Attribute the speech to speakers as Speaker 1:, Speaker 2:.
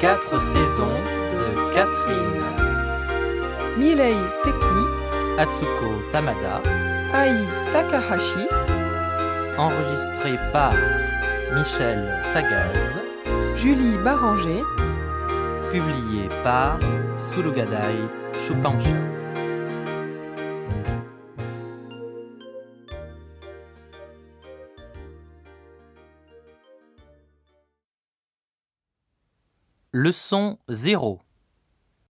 Speaker 1: Quatre saisons de Catherine
Speaker 2: Nirei Seki,
Speaker 1: Atsuko Tamada,
Speaker 2: Ai Takahashi,
Speaker 1: enregistrée par Michel Sagaz,
Speaker 2: Julie Barranger,
Speaker 1: publiée par Sulugadai Shupansha. Leçon 0